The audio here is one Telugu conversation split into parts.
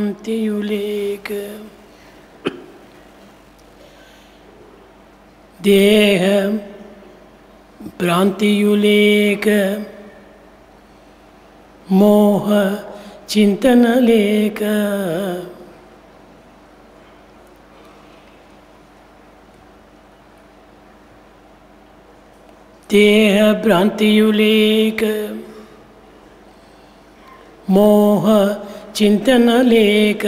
देहभ्रान्तियुलेक देह भ्रान्तियुलेक मोह चिन्तनलेक देह भ्रान्तियुलेक మోహ చింతన లేక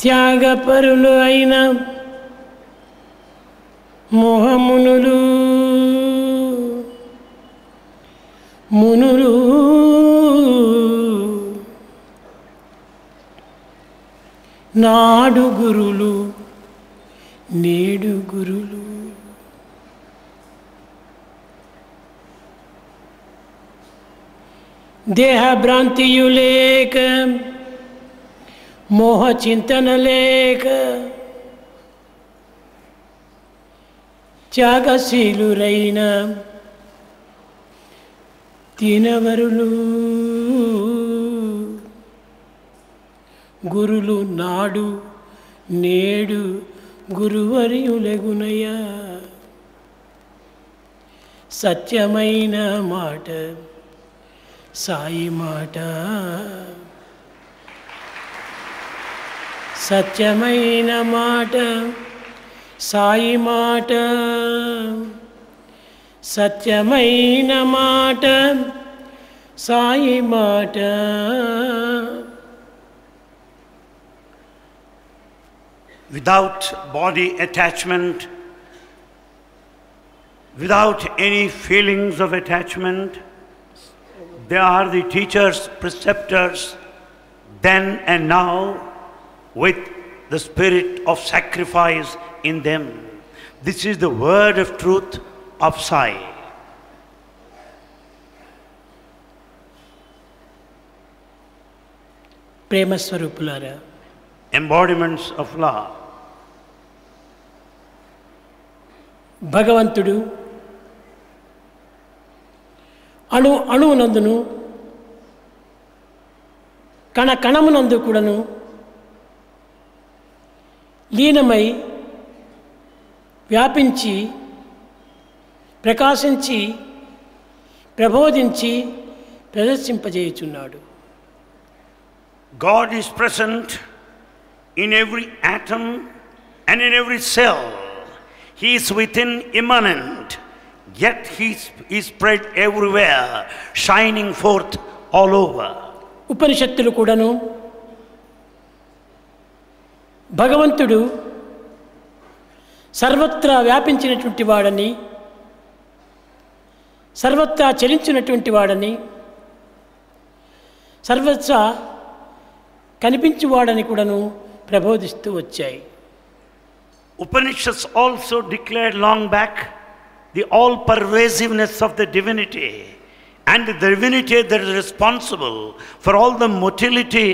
త్యాగపరులు అయిన మోహమునులు మునులు నాడు గురులు నేడు గురులు దేహభ్రాంతియు లేక మోహ చింతన లేక త్యాగశీలురైన తినవరులు గురులు నాడు నేడు గురువరియులగునయ్యా సత్యమైన మాట సాయి మాట సత్యమైన మాట సాయి మాట సత్యమైన మాట సాయి మాట without body attachment, without any feelings of attachment. They are the teachers, preceptors, then and now, with the spirit of sacrifice in them. This is the word of truth of Sai. ప్రేమస్వరూపులారా Embodiments of love. భగవంతుడు అణు అణువునందును కణ కణమునందు కూడాను లీనమై వ్యాపించి ప్రకాశించి ప్రబోధించి ప్రదర్శింపజేయుచున్నాడు God is present in every atom and in every cell. He is within immanent, yet He is, he is spread everywhere, shining forth all over. ఉపనిషత్తులు కూడాను భగవంతుడు సర్వత్రా వ్యాపించినటువంటి వాడని సర్వత్రా చలించినటువంటి వాడని సర్వత్రా కనిపించువాడని కూడాను ప్రబోధిస్తూ వచ్చాయి Upanishads also declared long back the all pervasiveness of the divinity and the divinity that is responsible for all the motility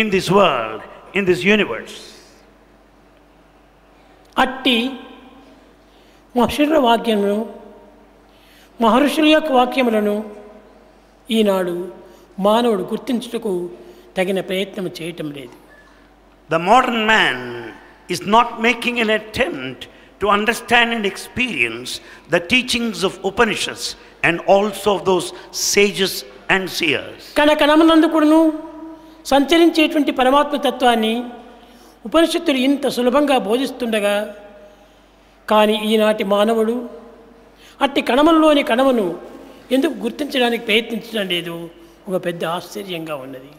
in this world, in this universe. అట్టి మహర్షుల వాక్యమును మహర్షుల యొక్క వాక్యములను ఈనాడు మానవుడు గుర్తించుటకు తగిన ప్రయత్నం చేయటం లేదు The modern man is not making an attempt to understand and experience the teachings of Upanishads and also of those sages and seers. కణ కణమునందు కూడాను సంచరించేటువంటి పరమాత్మ తత్వాన్ని ఉపనిషత్తులు ఇంత సులభంగా బోధిస్తుండగా కానీ ఈనాటి మానవుడు అట్టి కణమంలోని కణమును ఎందుకు గుర్తించడానికి ప్రయత్నించడం లేదు ఒక పెద్ద ఆశ్చర్యంగా ఉన్నది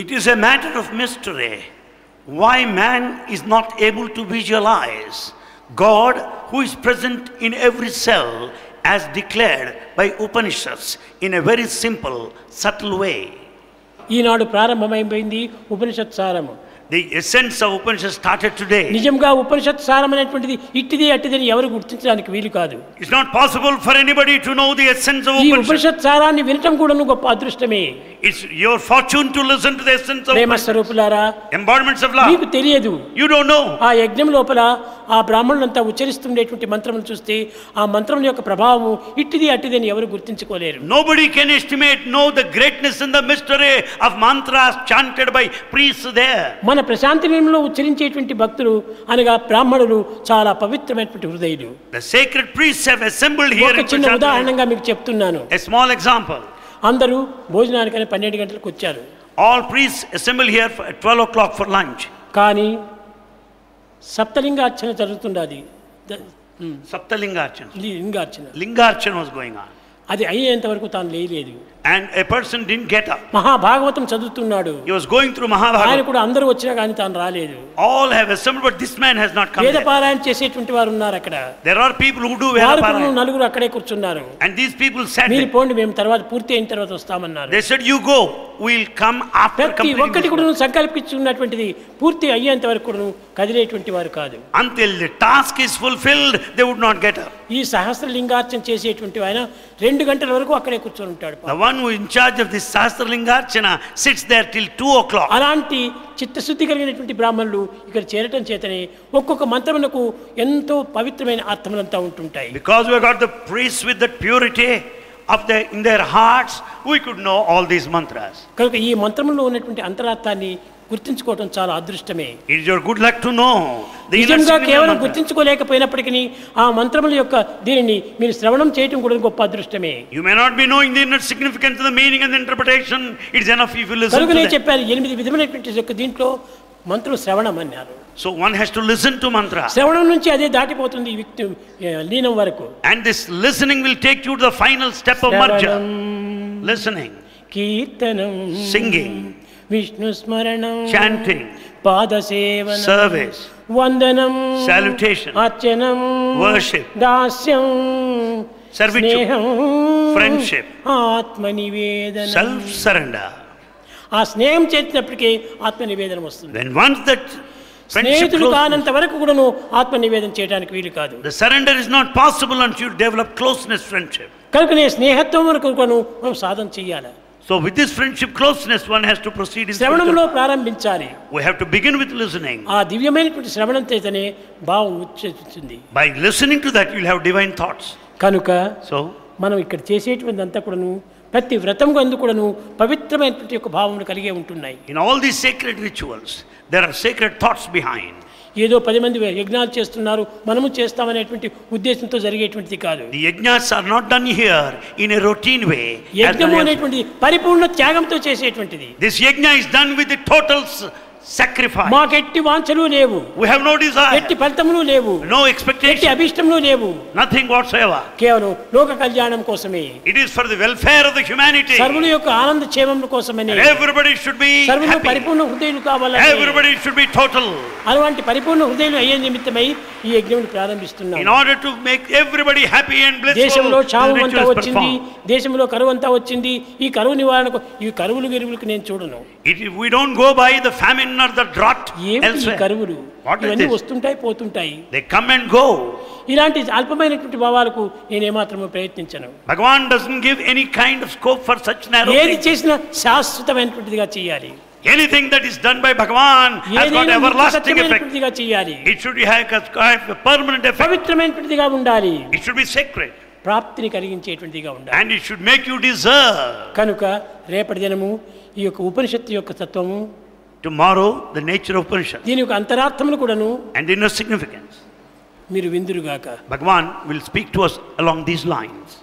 It is a matter of mystery why man is not able to visualize God who is present in every cell as declared by Upanishads in a very simple, subtle way. ఈనాడు ప్రారంభమైపోయింది ఉపనిషత్ సారము The essence of Upanishad started today. నిజంగా ఉపనిషత్ సారమైనటువంటిది ఇట్టిది అట్టిదని ఎవరు గుర్తించడానికి వీలు కాదు It's not possible for anybody to know the essence of ఈ Upanishad. ఉపనిషత్ సారాన్ని వినటం కూడాను గొప్ప అదృష్టమే It's your fortune to listen to the essence of Prema Upanishad. స్వరూపులారా Embodiments of love. మీకు తెలియదు You don't know. ఆ యజ్ఞం లోపల ఆ బ్రాహ్మణులంతా ఉచ్చరిస్తుండేటువంటి మంత్రం చూస్తే ఆ మంత్రం యొక్క ప్రభావం ఇట్టిది అట్టిదని ఎవరు గుర్తించుకోలేరు Nobody can estimate, know the greatness and the mystery of mantras chanted by priests there. మన ప్రశాంతి నిలయంలో ఉచ్చరించేటువంటి భక్తులు అనగా బ్రాహ్మణులు చాలా పవిత్రమైనటువంటి హృదయులు The sacred priests have assembled here ఒక in చిన్న Prashantara. ఉదాహరణగా మీకు చెప్తున్నాను A small example. అందరూ భోజనానికని పన్నెండు గంటలకు వచ్చారు All priests assemble here for- at 12 o'clock for lunch. కానీ సప్తలింగార్చన జరుగుతుండాలి ద- Saptalingarchana. లి- లింగార్చన Lingarchana was going on. అది అయ్యేంత వరకు తాను లేయలేదు And a person didn't get up. Mahabhagavatam చదువుతున్నాడు He was going through ఆయన Mahabharata. కూడా అందరూ వచ్చినా కానీ తాను రాలేదు All have assembled, but this man has not come. వేద yet. పారాయణ చేసేటువంటి వారు ఉన్నారు అక్కడ There are people who do వారు కూడా Vedaparayana. నలుగురు అక్కడే కూర్చున్నారు And these people said, మీరు that- పోండి మేము తర్వాత పూర్తి అయిన తర్వాత వస్తామన్నారు they said, you go, we'll come after ప్రతి completing ఒక్కటి this కూడా సంకల్పించుకున్నటువంటిది పూర్తి అయ్యేంత వరకు కూడా కదిలేటువంటి వారు కాదు Until the task is fulfilled, they would not get up. ఈ సహస్రలింగార్చన చేసేటువంటి ఆయన రెండు గంటల వరకు అక్కడే కూర్చొని ఉంటాడు The one who is in charge of this Sastralingarchana sits there till 2 o'clock. అలాంటి చిత్తశుద్ధి కలిగినటువంటి బ్రాహ్మణులు ఇక్కడ చేరటం చేతనే ఒక్కొక్క మంత్రమునకు ఎంతో పవిత్రమైన అర్థములంతా ఉంటుంటాయి Because we have got the priests with that purity of their, in their hearts, we could know all these mantras. కనుక ఈ మంత్రములో ఉన్నటువంటి అంతరార్థాన్ని గుర్తించుకోవటం చాలా అదృష్టమే It is your good luck to know the inner నిజంగా meaning of కేవలం mantra. గుర్తించుకోలేకపోయినప్పటికీ ఆ మంత్రముల యొక్క దీనిని మీరు శ్రవణం చేయటం కూడా గొప్ప అదృష్టమే You may not be knowing the inner significance of the meaning and the interpretation. It is enough if you listen కనుక to నేను them. చెప్పాను ఎనిమిది విధమైనటువంటి యొక్క దీంట్లో మంత్రులు శ్రవణం అన్నారు So one has to listen to mantra. శ్రవణం నుంచి అదే దాటిపోతుంది ఈ వ్యక్తి ఏ, లీనం వరకు And this listening will take you to the final step of శ్రవణం, marja. Listening, కీర్తనం Singing. విష్ణు స్మరణం chanting, పాదసేవనం service, వందనం Salutation. అర్చనం Worship. దాస్యం Servitude. స్నేహం Friendship. ఆత్మనివేదన self surrender. ఆ స్నేహం చేసినప్పటికీ ఆత్మనివేదన వస్తుంది When once that friendship స్నేహితులు closes, కానంత వరకు కూడాను ఆత్మనివేదన చేయడానికి వీలు కాదు the surrender is not possible until you develop closeness friendship. కనుకనే స్నేహత్వం వరకు కూడాను మనం సాధన చేయాలి So with this friendship closeness, one has to proceed in శ్రవణంలో spiritual- ప్రారంభించాలి We have to begin with listening. ఆ దివ్యమైనటువంటి శ్రవణం చేతనే భావం ఉచ్చేస్తుంది By listening to that, you'll have divine thoughts. కనుక So మనం ఇక్కడ చేసేటువంటి అంతా కూడాను ప్రతి వ్రతం అందు కూడాను పవిత్రమైనటువంటి యొక్క భావములు కలిగే ఉంటున్నాయి in all these sacred rituals, there are sacred thoughts behind. ఏదో పది మంది యజ్ఞాలు చేస్తున్నారు మనము చేస్తామనేటువంటి ఉద్దేశంతో జరిగేటువంటిది కాదు The yajnas are not done here in a routine way. as యజ్ఞము well as- అనేటువంటిది పరిపూర్ణ త్యాగంతో చేసేటువంటిది This yajna is done with a total s- sacrifice. మాకెట్టి వాంఛలు లేవు We have no desire, ఎట్టి ఫలితములు లేవు no ఎట్టి expectation, అభిష్టములు లేవు nothing whatsoever. కేవలం లోక కళ్యాణం కోసమే It is for the welfare of the humanity. సర్వుల యొక్క ఆనంద క్షేమముల కోసమని Everybody should be సర్వులు happy. పరిపూర్ణ హృదయులు కావాలని Everybody should be total. అలాంటి పరిపూర్ణ హృదయులు అయ్యే నిమిత్తమై ఈ యజ్ఞం ప్రారంభిస్తున్నాం In order to make everybody happy and blissful, దేశంలో this క్షామం అంతా ritual is వచ్చింది performed. దేశంలో కరువు అంతా వచ్చింది ఈ కరువు నివారణకు ఈ కరువులు గిరువులకు నేను చూడను It, if we don't go by the famine or the drought ఏమిటి ఈ elsewhere. కరువులు What is ఇవన్నీ this? వస్తుంటాయి పోతుంటాయి They come and go. ఇలాంటి అల్పమైనటువంటి భావాలకు నేనేమాత్రము ప్రయత్నించను Bhagavan doesn't give any kind of scope for such narrow ఏది things. చేసినా శాశ్వతమైనటువంటిదిగా చేయాలి Anything that is done by Bhagavan has got ఏదైనా everlasting effect. సత్యమైనటువంటిదిగా చేయాలి It should have have a permanent effect. పవిత్రమైనటువంటిదిగా ఉండాలి It should be sacred. ప్రాప్తిని కలిగించేటువంటిదిగా ఉండాలి And it should make you deserve. కనుక రేపటి దినము ఈ యొక్క ఉపనిషత్తు యొక్క తత్వము Tomorrow, the nature of Upanishad దీని యొక్క అంతరార్థమును కూడాను and inner significance. మీరు విందురుగాక Bhagavan will speak to us along these lines.